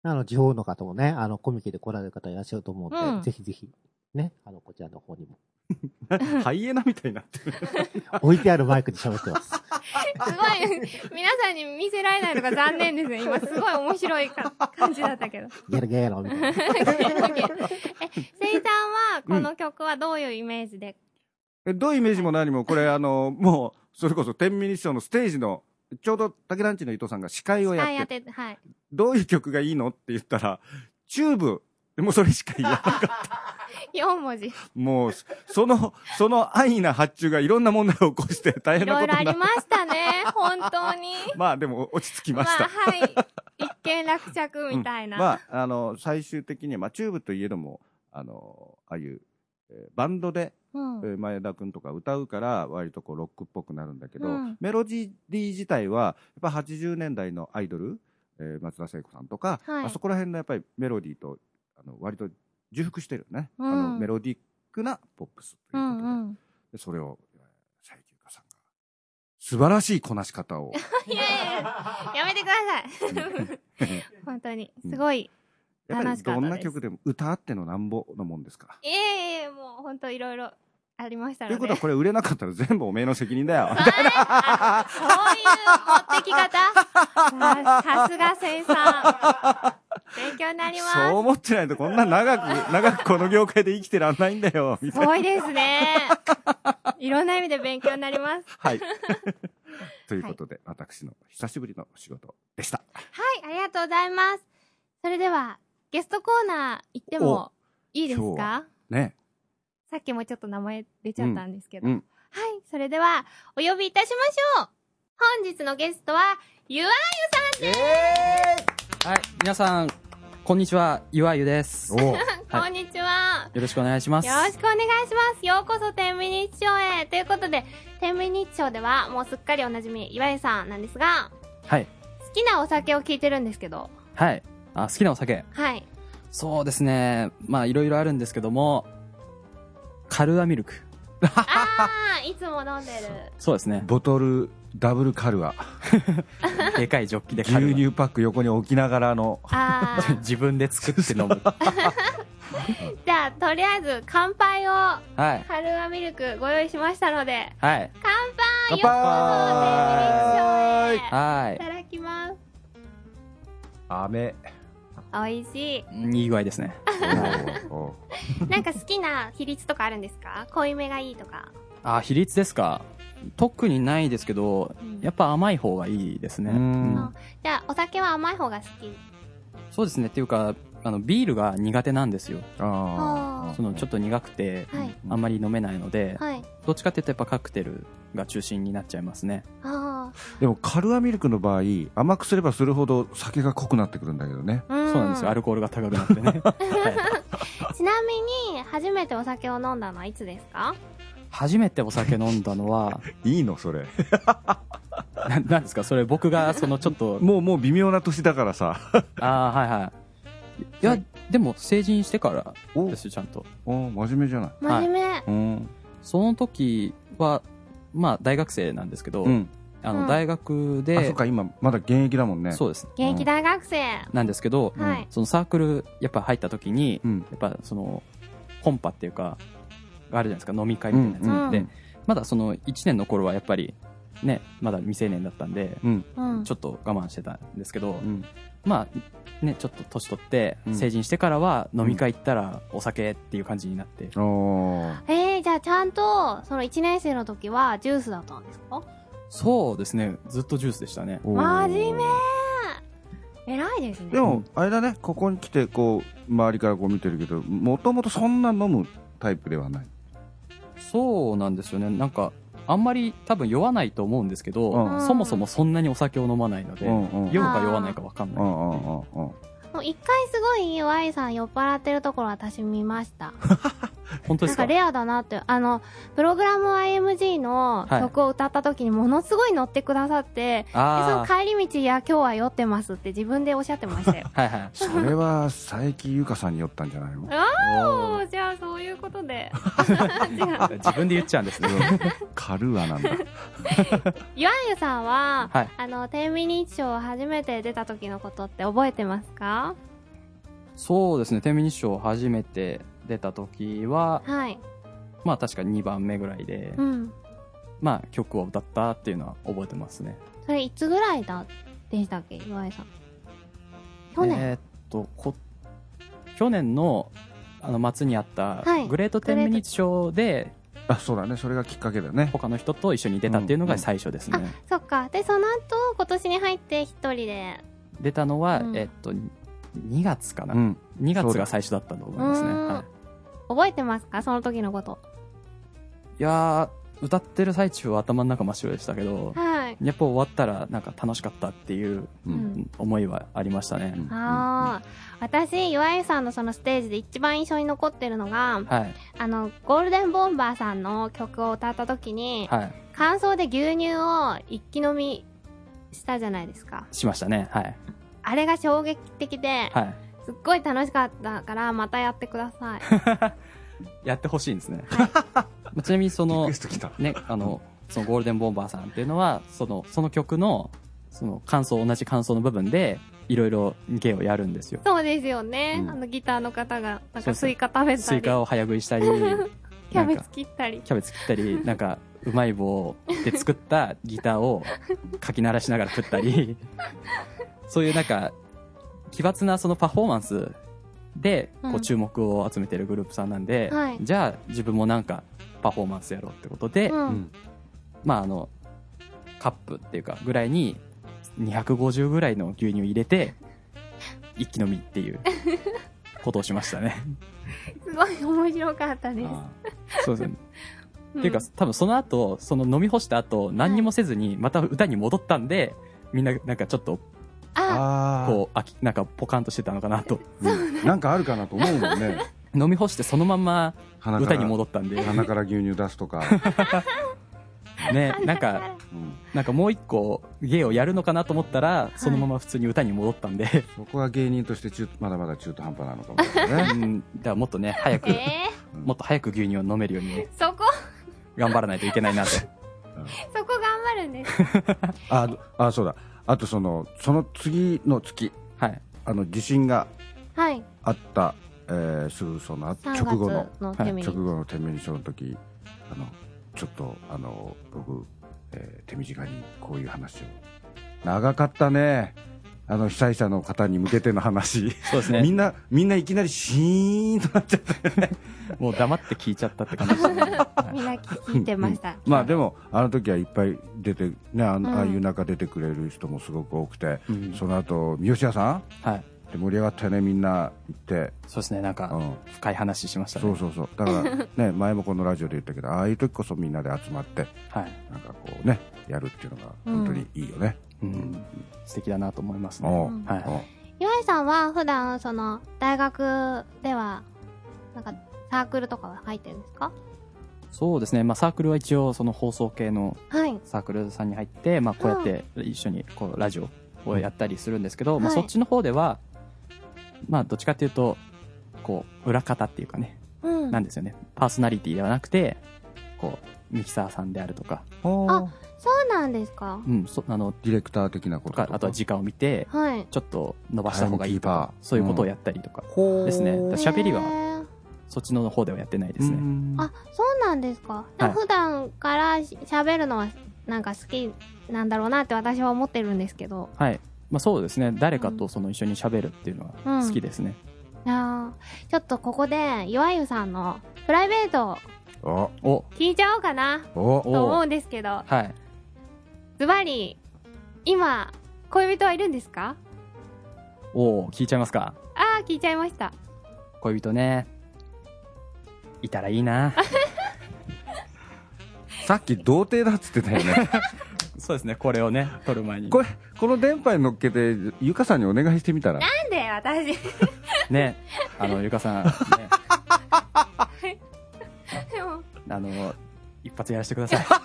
E: あの、地方の方もね、あの、コミケで来られる方いらっしゃると思うんで、
A: うん
E: ぜひぜひ、ね、あの、こちらの方にも。
B: ハイエナみたいになってる。
E: 置いてあるマイクで喋ってます。
A: すごい皆さんに見せられないのが残念ですね今すごい面白いか感じだったけど
E: ゲロゲロみたい
A: せいさん
E: な。
A: はこの曲はどういうイメージで、
B: えどういうイメージも何も、これ、あの、もう、それこそ、天秤賞のステージの、ちょうど、竹団地の伊藤さんが司会をや
A: はい、
B: っ
A: 当
B: て、
A: ててはい
B: どういう曲がいいのって言ったら、チューブ、もうそれしか言わな かった。
A: 4文字い
B: もう、その、その安易な発注がいろんな問題を起こして大変な
A: ろ
B: こ
A: い
B: と
A: ろあ
B: にな
A: り
B: る。
A: ましたね本当に
B: まあ、でも、落ち着きまし
A: あ
B: た。
A: はい一見落着みたいな、
B: うんまあ、あの、最終的には、まあ、チューブといえども、あの、ああいう、えーバンドで、
A: うん
B: えー前田君とか歌うから割とこうロックっぽくなるんだけど、
A: うん
B: メロディー自体はやっぱ80年代のアイドル、えー松田聖子さんとか、
A: はい
B: まあそこら辺のやっぱりメロディーとあの割と重複してるよね、
A: うん
B: あのメロディックなポップスと
A: う
B: いうことで,、
A: んうん
B: でそれをえー西休香さんが素晴らしいこなし方 を
A: いやいやいややめてください 本当にすごい、
B: やっぱ
A: 楽
B: り
A: しかったです
B: どんな曲でも歌あってのなんぼのもんですから。
A: いえいえもう本当いろいろありましたの
B: と
A: で
B: いうことはこれ売れなかったら全部おめえの責任だよ。
A: あそういう持ってき方ささすが生産勉強になります
B: そう思ってないとこんな長 く、長くこの業界で生きてらんないんだよ、みた
A: す
B: いな。
A: ごいですねいろんな意味で勉強になります
B: はい。ということで、私の久しぶりの仕事でした。
A: はいありがとうございますそれではゲストコーナー行ってもいいです
B: 今日
A: か
B: はね。
A: さっきもちょっと名前出ちゃったんですけど、
B: うんうん
A: はいそれではお呼びいたしましょう本日のゲストはゆあ
H: はい、皆さん、こんにちは、ゆあゆです。よ
B: お
A: ゆこんにちは、
H: ろしくお願いします。
A: よろしくお願いします。ようこそ天秤日賞へ。ということで、天秤日賞ではもうすっかりおなじみ、岩井さんなんですが、
H: はい、
A: 好きなお酒を聞いてるんですけど、
H: はい。あ、好きなお酒。
A: はい。
H: そうですね。まあ、いろいろあるんですけども、カルアミルク。
A: あー、いつも飲んでる。
H: そうです ね。
B: ボトルダブルカルア。
H: でかいジョッキでカルア
B: 牛乳パック横に置きながらの。
A: あ ー、
H: 自分で作って 飲む。
A: じゃあ、とりあえず乾杯を、
H: はい。
A: カルアミルクご用意しましたので、
H: はい。
A: 乾杯
B: 乾
A: ようこそ天秤日賞
B: 杯
A: へ。い
H: は
A: ただきます。
B: 雨。
A: 美味し
H: い。いい具合ですね。
B: おお
A: い。なんか好きな比率とかあるんですか濃いめがいいとか。
H: あ、比率ですか。特にないですけど、
A: うん
H: やっぱ甘い方がいいですね。
B: うーん
H: うん
A: じゃあ、お酒は甘い方が好き。
H: そうですね。っていうか、あの、ビールが苦手なんですよ。
A: あ
B: あ
H: その、ちょっと苦くて、
A: ーはい。
H: あんまり飲めないので、
A: はい。
H: どっちかっていうとやっぱカクテルが中心になっちゃいますね。
A: あ
B: ーでもカルアミルクの場合、甘くすればするほど酒が濃くなってくるんだけどね。
A: あ、うん
H: そうなんですよ。アルコールが高くなってね。はい
A: ちなみに、初めてお酒を飲んだのはいつですか
H: 初めてお酒飲んだのは、
B: いいのそれ。
H: ななんですかそれ僕がそのちょっと、
B: もうもう微妙な年だからさ。
H: ああ、はいはい。いや、でも成人してから
B: お
H: ですよ、ちゃんと。
B: お真面目じゃない。
A: 真面目。
B: うん。
H: その時は、まあ大学生なんですけど、
B: うん。
H: あ
A: うん
H: の大学で、
B: あそっか今まだ現役だもんね
H: そうです
A: 現役大学生、
H: なんですけど、
A: はい
H: そのサークルやっぱ入った時に、
B: うん
H: やっぱその本波っていうかがあるじゃないですか飲み会みたいなやつ、
A: うんうん
H: でまだその1年の頃はやっぱりねまだ未成年だったんで、
B: うん
A: うん
H: ちょっと我慢してたんですけど、
B: うん
H: まあねちょっと年取って
B: うん
H: 成人してからは飲み会行ったらお酒っていう感じになって、
B: おー
A: えー、じゃあちゃんとその1年生の時はジュースだったんですか
H: そうですねずっとジュースでしたね
B: おー
A: 真面目偉いですね
B: でもあれだねここに来てこう周りからこう見てるけどもともとそんな飲むタイプではない
H: そうなんですよねなんかあんまり多分酔わないと思うんですけど、
B: うん
H: そもそもそんなにお酒を飲まないので、
B: うんうんうん
H: 酔うか酔わないか分かん
B: う
H: ない、
B: んうんうん
A: もう一回すごい Y さん酔っ払ってるところ私見ました
H: 本
A: な
H: 当で
A: ん
H: すか
A: かレアだなってあのプログラム IMG の
H: はい
A: 曲を歌った時にものすごい乗ってくださって、でその
H: あ
A: 帰り道いや今日は酔ってますって自分でおっしゃってましたよ
H: あはいはい
B: それは佐伯優香さんに酔ったんじゃ ないの
A: おーじゃあそういうこと で違う
H: 自分で言っちゃうん ですけど
B: カルアなんだ
A: ゆあんゆさんは、
H: はい
A: あの天秤日賞初めて出た時のことって覚えてますか
H: そうですね天秤日賞初めて出た時は
A: はい
H: まあ確か2番目ぐらいで、
A: うん
H: まあ曲を歌ったっていうのは覚えてますね
A: それいつぐらいだでしたっけゆあんゆさん去年、
H: えーっとこ去年のあの末にあった
A: はい
H: グレート天秤日賞で
B: あそうだねそれがきっかけだよね
H: 他の人と一緒に出たっていうのが最初ですね、
A: そっかでその後今年に入って一人で
H: 出たのは、
A: うん
H: えーっと2月かな、
B: うん
H: 2
B: そう
H: 月
B: だ
H: が最初だったと思いますね、
A: うーん
H: はい、
A: 覚えてますかその時のこと
H: いやー歌ってる最中は頭の中真っ白でしたけど
A: はい、
H: やっぱ終わったらなんか楽しかったっていう
B: う
A: うんん
H: 思いはありましたね、
B: うん
A: ああ、私、岩井さんのそのステージで一番印象に残ってるのが、
H: はい
A: あの、ゴールデンボンバーさんの曲を歌った時に、
H: はい
A: 感想で牛乳を一気飲みしたじゃないですか。
H: しましたねはい
A: あれが衝撃的で、
H: はい
A: すっごい楽しかったから、またやってくだ さい。
H: やってほしいんですね、まあちなみにその
C: ゲスト来た
H: ねあのそのゴールデンボンバーさんっていうのはそのその曲のその感想同じ感想の部分でいろいろ芸をやるんですよ
A: そうですよね。
B: うん
A: あの、ギターの方が、なん
H: そ
A: か
H: うそ
A: ス
H: う
A: イカ食べ
H: ス
A: た
H: イ
A: り、
H: カを早食いしたり
A: キャベ
H: なん
A: ツ
H: か
A: 切ったり。
H: キャベツ切っ たりなんかうまい棒で作ったギターをかき鳴らしながら食った りそういうなんか奇抜なそのパフォーマンスでこ
A: うん
H: う注目を集めてるグループさんなんで、
A: はい
H: じゃあ自分もなんかパフォーマンスやろうってことで、
A: うん。
B: うん
H: まああのカップっていうかぐらいに250ぐらいの牛乳入 れて一気飲みっていうことをしましたね。
A: すごい面白かったです。
H: そうです
A: うん
H: ねっていうか、多分その後、その飲み干した後、何にもせずに、また歌に戻ったんで、みんな、なんかちょっと、
A: あ、
B: あ
H: こう、あき、なんかポカンとしてたのかなと。
B: う、うんなんかあるかなと思うもん ね
H: 飲み干してそのまんま
B: 鼻か
H: 歌
B: ら
H: に戻ったんで、
B: 鼻から牛乳出すとか、
H: ね、なんか、
B: うん
H: なんかもう一個芸をやるのかなと思ったら、そのまま普通に歌に戻ったんで、
B: そこは芸人として中まだまだ中途半端なのかもしれないうね
H: ん、だからもっとね、早く、
A: え
H: もっと早く牛乳を飲めるようにね、
A: ー、そこ、
H: 頑張らないとい けないなと。
A: そこ頑張るん です。
B: ああそうだあとそのその次の月
H: はい。
B: あの地震が
A: はい。
B: あった、えー、すぐそのあ
A: 3
B: 直後の
A: 月の
H: は
A: 手
H: い
A: 目に。
B: 直後の手短書の時あのちょっとあの僕、えー手短にこういう話を長かったねあの被災者の方に向けての話
H: そうです
B: み
H: ね。
B: んなみんないきなりシーンとなっちゃった
H: もう黙って聞いちゃったって感じですね。はい
A: みんな聞いてました。
B: まあでもあの時はいっぱい出てねあ,、
A: ん
B: ああいう中出てくれる人もすごく多くて、
H: うん
B: その後三好屋さん
H: はい。
B: で盛り上がったよねみんな行って、
H: そうですね、なん
B: う
H: か、
B: ん、
H: 深い話しましたね。
B: そうそうそうだ からね前もこのラジオで言ったけどああいう時こそみんなで集まって
H: はい。
B: なんかこうねやるっていうのが本当にいいよね、
H: うん、素敵だなと思いますね。
B: おう
H: はい
B: おう
A: 岩井さんは普段その大学ではなんかサークルとかは入ってるんですか
H: そうですね、まあ、サークルは一応その放送系の
A: はい
H: サークルさんに入って、まあ、こうやって一緒にこうラジオをやったりするんですけど、まあ、
A: はい
H: そっちの方では、まあ、どっちかっていうとこう裏方っていうかね、
A: うん
H: なんですよねパーソナリティではなくてこうミキサーさんであるとか、
B: あ
A: そうなんですか
H: うん、そあの
B: ディレクター的なことと
H: かあとは時間を見て
A: はい
H: ちょっと伸ばした方がいいとか
B: タイムキーパー
H: そういうことをやったりとか、
B: ほ
H: ですねだから喋りは
A: へー
H: そっちの方ではやってないで
B: ですす
H: ね、
B: ね
A: あそうなんですかでも
H: はい
A: 普段からし喋るのはなんか好きなんだろうなって私は思ってるんですけど
H: はい、まあ、そうですね誰かとその一緒に喋るっていうのは好きですね、
A: あーちょっとここで岩湯さんのプライベートを
B: お
H: お
A: 聞いちゃおうかな
B: お
A: と思
H: お
A: うんですけど
H: はい
A: ズバリ今恋人はいるんですか
H: お聞いちゃいますか
A: ああ聞いちゃいました
H: 恋人ねいたらいいな
B: さっき童貞だっつってたよ ね
H: そうですねこれをね撮る前に
B: こ れこの電波に乗っけてゆかさんにお願いしてみたら
A: なんで私
H: ねあのゆかさん、ね、
A: でも
H: あの一発やらせてください
A: ちょ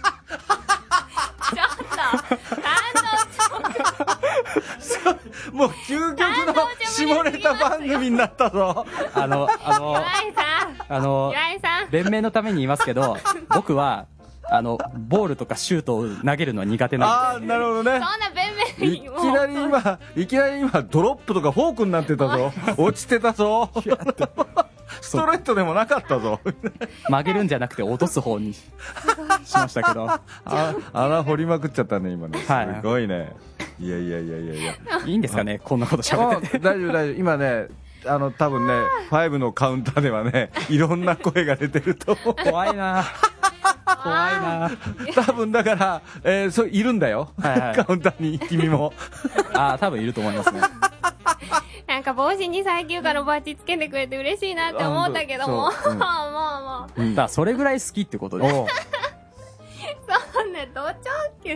A: っと感
B: もう究極の下ネタ番組になったぞ
H: あのあの
A: 動岩井さ
H: あの
A: ん岩井さん
H: 弁明のために言いますけ ど僕はあのボールとかシュートを投げるのは苦手なん
B: ああなるほどね
A: そんな弁明
B: いきなり今いきなり今ドロップとかフォークになってたぞ落ちてたぞストレートでもなかったぞ
H: です曲げるんじゃなくて落とす方 にしましたけど
B: あ穴掘りまくっちゃったね今ね
H: はい
B: すごいねいやいやいやいやいや
H: いいんですかねこんなこと喋
B: あ
H: ってて
B: 大丈夫大丈夫今ねあの多分ね5のカウンターではねいろんな声が出てると思う
H: 怖いな怖いな
B: 多分だから、えー、そういるんだよ、
H: はいはい
B: カウンターに君も
H: あー多分いると思いますね
A: なんか帽子に最休暇のバッジつけてくれて嬉しいなって思ったけども、
B: あ本当そううん
A: もうもうもう、
H: だからそれぐらい好きってことで
A: そんな同調級。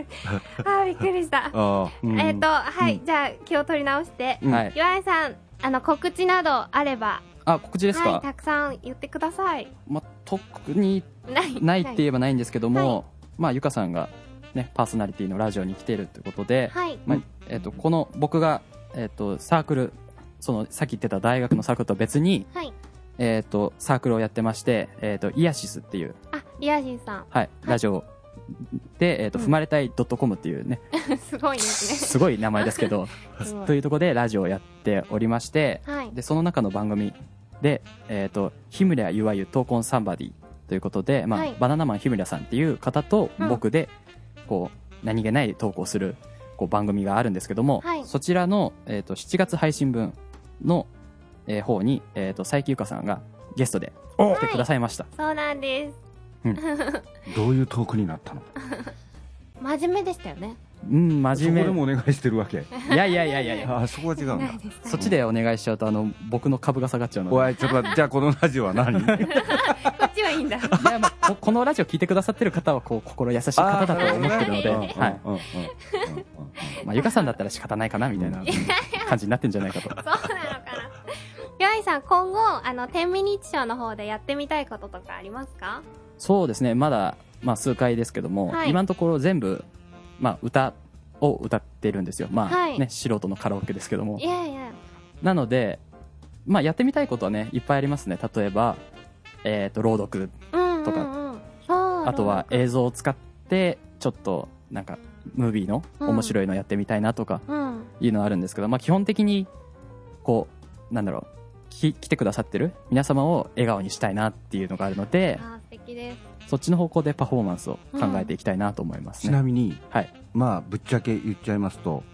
A: あー、びっくりした。
B: あ
H: うん
A: えっと、はい、
B: う
A: じゃあ気を取り直して、
H: はい
A: 岩井さん、あの、告知などあれば、
H: あ告知です
A: はい、
H: か
A: たくさん言ってください。
H: まあ特に
A: ない。
H: ないって言えばないんですけど
A: はい
H: も、まあゆかさんがねパーソナリティのラジオに来てるってことで、
A: はい。
H: まあえっとこの僕が、えっとサークルそのさっき言ってた大学のサークルとは別に、
A: はい。
H: えっとサークルをやってまして、えっとイアシスっていう、
A: あ、リアシン さん。
H: はい、ラジオで、えっと
A: うん
H: 踏まれたい .com っ ていうね、
A: すごいですね。
H: すごい名前ですけど
A: すごい
H: というところでラジオをやっておりまして
A: はい。
H: でその中の番組で「えっと日村ゆわゆ闘魂サンバディ」ということで、まあ
A: はい
H: バナナマン日村さんっていう方と
A: うん
H: 僕で、こう何気ない投稿するこう番組があるんですけども、
A: はい
H: そちらの、えー、と7月配信分の、えー方に、えー、と佐伯ゆかさんがゲストで来てくださいました、
A: そうなんです。
B: どういうトークになったの
A: 真面目でしたよね。
H: うん
B: そ
H: 真
B: こで
H: 面
B: もお願いしてるわけ
H: 目いやいやいやいやいや
B: ああそこは違うんだ
H: そっちでお願いしちゃうとあの僕の株が下がっちゃうので
B: おいちょっと待ってじゃあこのラジオは何
A: こっちはいいん だ。
H: いやまあここのラジオ聞いてくださってる方はこう心優しい方だと思ってるので、
B: うんうんうん
H: はい
B: うんうん
H: まあ、ゆかさんだったら仕方ないかなみたいな感じになってんじゃないかと
A: そうなのかな。岩井さん、今後、あの、天秤日賞の方でやってみたいこととかありますか
H: そうですねまだ、まあ、数回ですけども、
A: はい
H: 今のところ全部、まあ、歌を歌ってるんですよまあ、
A: はい
H: ね素人のカラオケですけども
A: いやいや。
H: なので、まあ、やってみたいことはねいっぱいありますね例えば、えー、と朗読
A: うんうん、うん。
H: と
A: そう。
H: あとは映像を使ってちょっとなんかムービーの
A: うん
H: 面白いのやってみたいなとか
A: うん。
H: いうのはあるんですけど、まあ、基本的にこうなんだろうき来てくださってる皆様を笑顔にしたいなっていうのがあるので、
A: あー素敵です。
H: そっちの方向でパフォーマンスを考えていきたいなと思いま す
B: ち
H: ね。
B: なみに、
H: はい
B: まあぶっちゃけ言っちゃいますと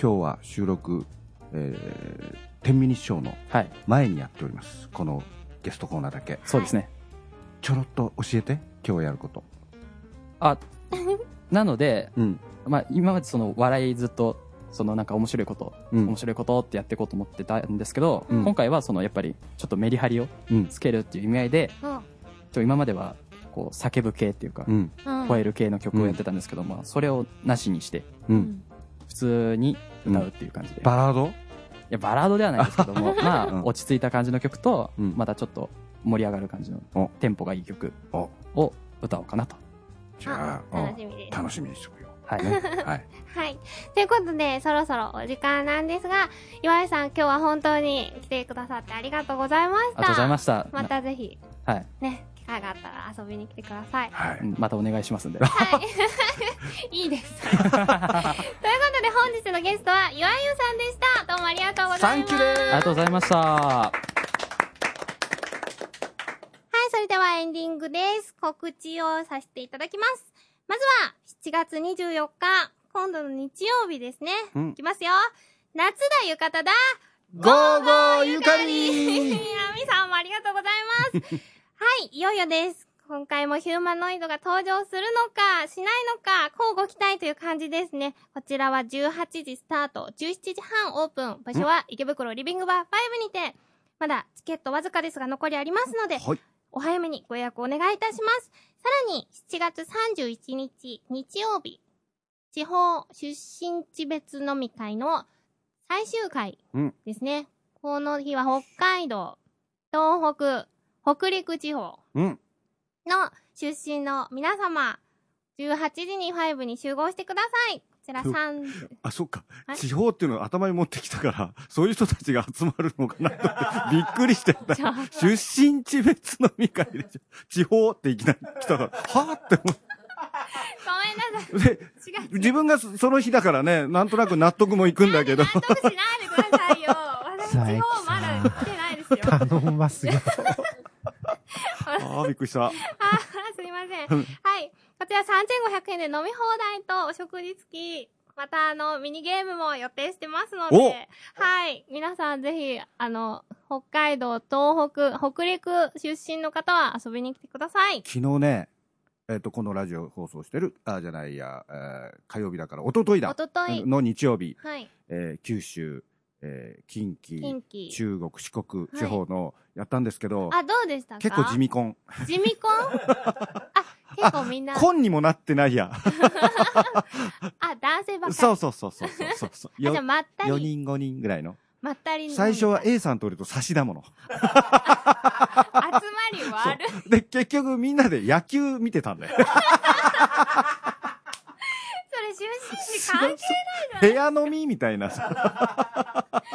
B: 今日は収録、えー、天秤日ショーの
H: はい。
B: 前にやっておりますこのゲストコーナーだけ
H: そうですね。
B: ちょろっと教えて今日やること
H: あ、なので、
B: うん
H: まあ今までその笑いずっと、そのなんか面白いこと、
B: うん
H: 面白いことってやっていこうと思ってたんですけど、
B: うん
H: 今回はそのやっぱりちょっとメリハリを
B: うん
H: つけるっていう意味合いで、
A: うん。
H: ちょ今まではこう叫ぶ系っていうか、
B: うん
A: うん
H: 吠える系の曲をやってたんですけども、それをなしにして、
B: うん
H: 普通に歌うっていう感じで。い
B: バラード
H: や、バラードではないですけど も、ま
B: うん
H: あ落ち着いた感じの曲と、
B: うん
H: またちょっと盛り上がる感じ
B: お
H: のテンポがいい曲
B: お
H: を歌おうかなと。
B: じゃあ
A: あ
B: うん
A: 楽しみです
B: 楽しみにしとくよ
H: はい。
B: はい
A: はい。ということで、そろそろお時間なんですが、岩井さん、今日は本当に来てくださってありがとうございました。
H: ありがとうございました。
A: またぜひ、
H: はい。
A: ね、機機会があったら遊びに来てください。
B: は
H: う
B: い。
H: んまたお願いしますんで。
A: いい です。ということで本日のゲストはゆあゆさんでした。どうもありがとうござ
B: サ
A: い
B: ン
A: ま
B: キ
A: す。
B: ュー
A: は
B: で
H: あ
B: す
H: りがとうございました。
A: い、それではエンディングです。告知をさせていただきます。まずは7月24日、今度の日曜日ですね。
H: うん
A: いきますよ。夏だ浴衣だ
B: ゴーゴーゆか
A: みな
B: り
A: みさんもありがとうございます。はい、いよいよです。今回もヒューマノイドが登場するのか、しないのか、交互期待という感じですね。こちらは18時スタート、17時半オープン。場所は池袋リビングバー5にて、まだチケットわずかですが残りありますので、
B: はい。
A: お早めにご予約お願いいたします。さらに、7月31日、日曜日、地方出身地別飲み会の最終回
B: うん
A: ですね。この日は北海道、東北、北陸地方
B: うん。
A: の出身の皆様、18時に5に集合してください。こちら
B: うん
A: 3、
B: あ、そっか
A: は。い
B: 地方っていうのを頭に持ってきたから、 そういう人たちが集まるのかなと思 って、びっくりしてた。
A: じゃあ
B: 出身地別飲み会でしょ地方っていきなり来たから、はぁって思
A: ごめんな
B: って。で、
A: さい。違う。
B: 自分がそその日だからね、なんとなく納得もいくんだ けど
A: 納。得しないでくだ さいよ。私、地方まだ来てないですよ。あ
E: 頼みますよ。
B: ああ、びっくりした。
A: あー、すいません。はい。こちら3500円で飲み放題とお食事付き、またあの、ミニゲームも予定してますの
B: お
A: で、はい。皆さんぜひ、あの、北海道、東北、北陸出身の方は遊びに来てください。
B: 昨日ね、えっ、と、このラジオ放送してる、あ、じゃないや、えー火曜日だから、一昨日だ
A: お。ととい、
B: の日曜日、
A: はい。
B: えー九州、えー近畿、
A: 近畿。
B: 中国、四国、
A: い
B: 地方の、やったんですけど、
A: あ、どうでしたか
B: 結構地味コン。
A: 地味 婚あ、結構みんな、あ、
B: コンにもなってないや。
A: 男性ばっか
B: そ
A: り。
B: うそうそうそうそうそ
A: あ、
B: う。
A: じゃあ
B: よ
A: まった
B: 4
A: り、
B: 人5人ぐらいの。
A: まったり飲み会
B: 最初は A さんと俺と差しだもの。
A: 集まり悪い。
B: で、結局みんなで野球見てたんだよ。
A: それ出身地関係ない
B: 部屋飲みみたいなさ。
A: そうだっ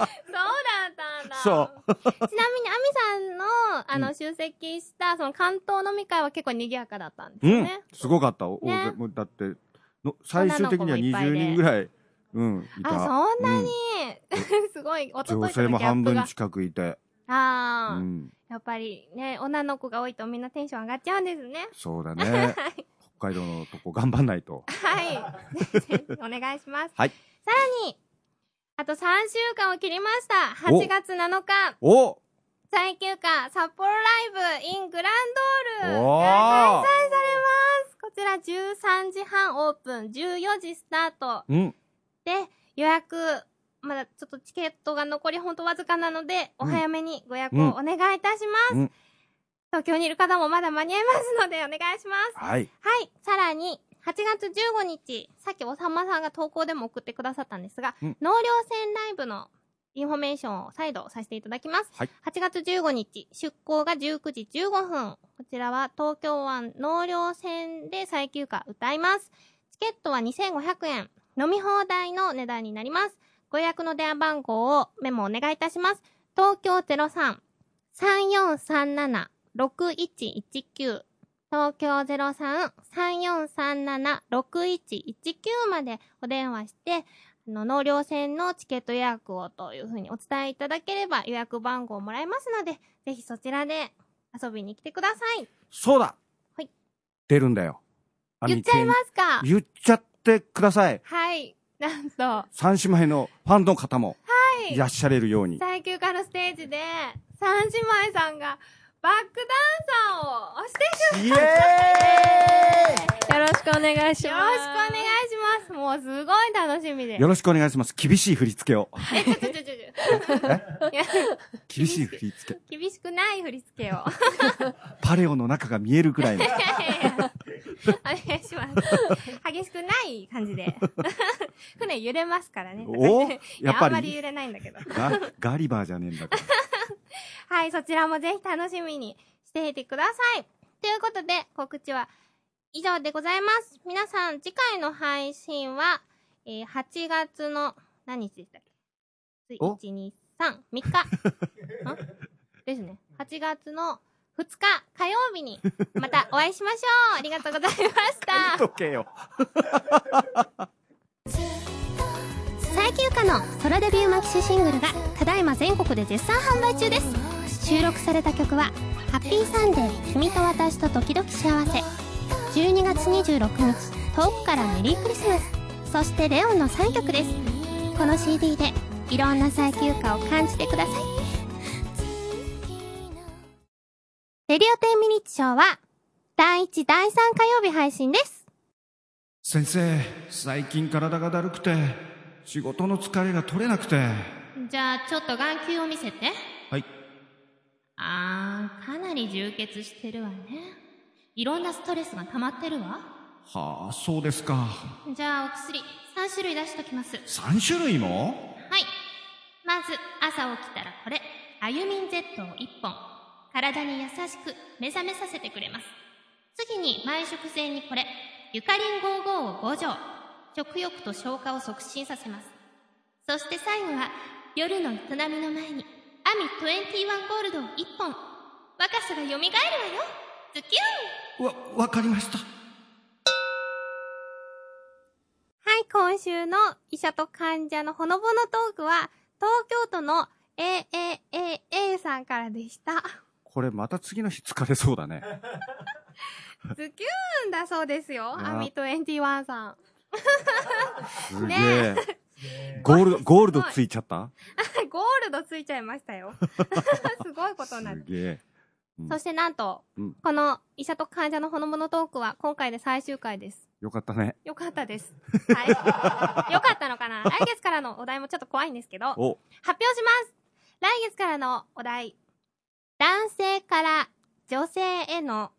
A: たんだ。。
B: そう
A: ちなみに、アミさんの、あの、集積した、その、関東飲み会は結構賑やかだったんです
B: う
A: よ
B: ん
A: ね。、
B: すごかった。お
A: ね
B: 大勢もうだっての、最終的に
A: 女の
B: は
A: 子もいっぱい
B: 20
A: で
B: 人ぐらい、うん、いた。
A: あ、そんな
B: う
A: に、 すごい、おとと
B: 女
A: いとの
B: 性
A: ギ
B: も
A: ャ
B: 半
A: ップ
B: 分
A: が。
B: 近くいて。う
A: ああ、
B: ん。
A: やっぱりね、女の子が多いとみんなテンション上がっちゃうんです ね。
B: そうだね。北海道のとこ頑張んないと。
A: はい。ぜひお願いします。
B: はい。
A: さらに、あと3週間を切りました。
B: お
A: 8月7日、
B: お
A: 最休暇札幌ライブ in グランドール
B: おー
A: が開催されますこちら13時半オープン14時スタート
B: うん。
A: で予約まだちょっとチケットが残りほんとわずかなのでお
B: うん
A: 早めにご予約をお願いいたします、
B: うん
A: 東京にいる方もまだ間に合いますのでお願いします
B: はい。
A: はい。さらに、8月15日、さっきおさまさんが投稿でも送ってくださったんですが、
B: うん
A: 納涼船ライブのインフォメーションを再度させていただきます。
B: はい
A: 8月15日、出港が19時15分。こちらは東京湾納涼船で最休暇歌います。チケットは2500円。飲み放題の値段になります。ご予約の電話番号をメモお願いいたします。東京03 3437 6119東京ゼロ三三四三七六一一九までお電話して、あの納涼船のチケット予約をというふうにお伝えいただければ予約番号をもらえますので、ぜひそちらで遊びに来てください。
B: そうだ
A: はい
B: 出るんだよ。あ
A: 言っちゃいますか
B: 言っちゃってください。
A: はい。なんと、
B: 三姉妹のファンの方も、
A: い
B: いらっしゃれるように。
A: 最休暇のステージで、三姉妹さんがバックダンサーを押して
B: イエー
D: よろしくお願いし
A: よろしくお願いします。もうすごい楽しみで
B: イよ。ろしくお願いします。厳しい振り付けを。
A: え、ちょちょちょちょちょ。いや
B: 厳しい振り付け。
A: 厳しくない振り付けを。
B: パレオの中が見えるくらいの。
A: いやいやいやお願いします。激しくない感じ で。船揺れますからね。
B: お
A: い
B: やっ
A: あ
B: ぱ
A: んまり
B: り
A: 揺れないんだけど。
B: ガガリバーじゃねえんだから。
A: はい、そちらもぜひ楽しみにしていてください。ということで、告知は以上でございます。皆さん、次回の配信は、えー8月の、何日でしたっけ
B: お
A: ?1、2、3、3日。んですね。8月の2日火曜日にまたお会いしましょうありがとうございま した
B: とけよ。
A: 最休暇のソラデビューマキシシングルがただいま全国で絶賛販売中です収録された曲は「ハッピーサンデー君と私と時々幸せ」12月26日遠くからメリークリスマスそして「レオン」の3曲ですこの CD でいろんな最休暇を感じてください「レディオ10ミニッツショー」は第1第3火曜日配信です
B: 先生、最近体がだるくて、仕事の疲れが取れなくて。
A: じゃあちょっと眼球を見せて
B: はい。
A: あー、かなり充血してるわね。いろんなストレスが溜まってるわ。
B: はあ、そうですか。
A: じゃあお薬、3種類出しときます。はい。
B: 3種類も
A: まず、朝起きたらこれ。アユミン Z を1本。体に優しく目覚めさせてくれます。次に、毎食前にこれ。ユカリン55を5錠。食欲と消化を促進させます。そして最後は、夜の営みの前に、アミ21ゴールドを1本。若さが蘇るわよズキュン
B: わ、わかりました。
A: はい、今週の医者と患者のほのぼのトークは、東京都の AAAA さんからで した。
B: これまた次の日疲れそうだね。
A: ズキューンだそうですよ、
B: な
A: アミ21さん。
B: すげ
A: ね
B: え。ゴールド、ゴールドついちゃった
A: ゴールドついちゃいました よ。すごいことになる
B: す。げえ。うん
A: そしてなんと、
B: うん
A: この医者と患者のほのぼのトークは今回で最終回です。
B: よかったね。
A: よかったです。 はい。よかったのかな来月からのお題もちょっと怖いんですけど。
B: お、
A: 発表します来月からのお題男性から女性への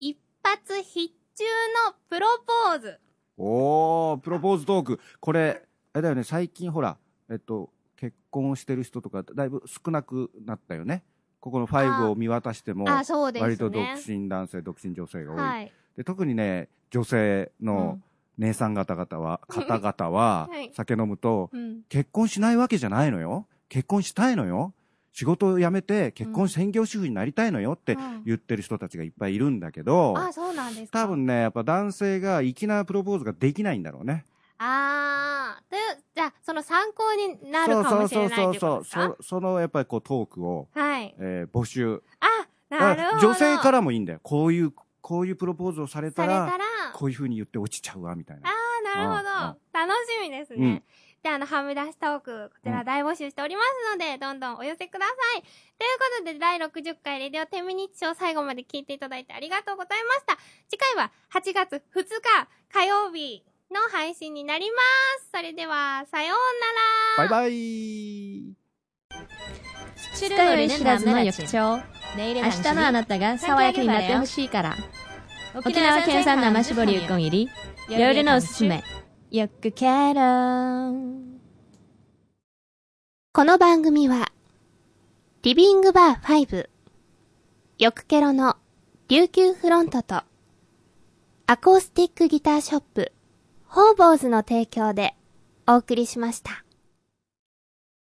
A: 一発必中のプロポーズ
B: おー、プロポーズトーク。これ、あれだよね、最近ほら、えっと、結婚をしてる人とか、だいぶ少なくなったよね。ここの5を見渡しても、
A: あそうですね
B: 割と独身男性、独身女性が多い。
A: はい
B: で特にね、女性の姉さん方 々は、方々は
A: はい、
B: 酒飲むと、
A: うん
B: 結婚しないわけじゃないのよ。結婚したいのよ。仕事を辞めて、結
A: うん
B: 婚専業主婦になりたいのよって
A: うん
B: 言ってる人たちがいっぱいいるんだけど、
A: あそうなんですか
B: 多分ね、やっぱ男性が粋なプロポーズができないんだろうね。
A: あーというじゃあその参考にな
B: そ
A: る
B: う
A: かもしれない
B: そ
A: と
B: う
A: いうこ
B: そ
A: と
B: う
A: です
B: そ
A: か
B: う。そそのやっぱりこうトークを、
A: はい
B: えー募集。
A: あなるほど
B: 女性かららもいいんだよ。こういう、こういうプロポーズをされ
A: さ
B: た
A: れた
B: ら、
A: ら
B: こういう風に言って落ちちゃうわ、みたいな。
A: あなるほど楽しみですね、
B: うん
A: で、あの、はみ出しトーク、こちら大募集しておりますので、どんどんお寄せください。ということで、第60回レディオテミニッチを最後まで聞いていただいてありがとうございました。次回は8月2日火曜日の配信になります。それでは、さような
B: バイ
A: ら。
B: バイ
I: 知ったより知らずの翌朝明日のあなたが爽やかになってほしいから沖縄県産生絞りうこん入り夜のおすすめよくケロン
A: この番組は、リビングバー5、よくケロの琉球フロントと、アコースティックギターショップ、ホーボーズの提供でお送りしました。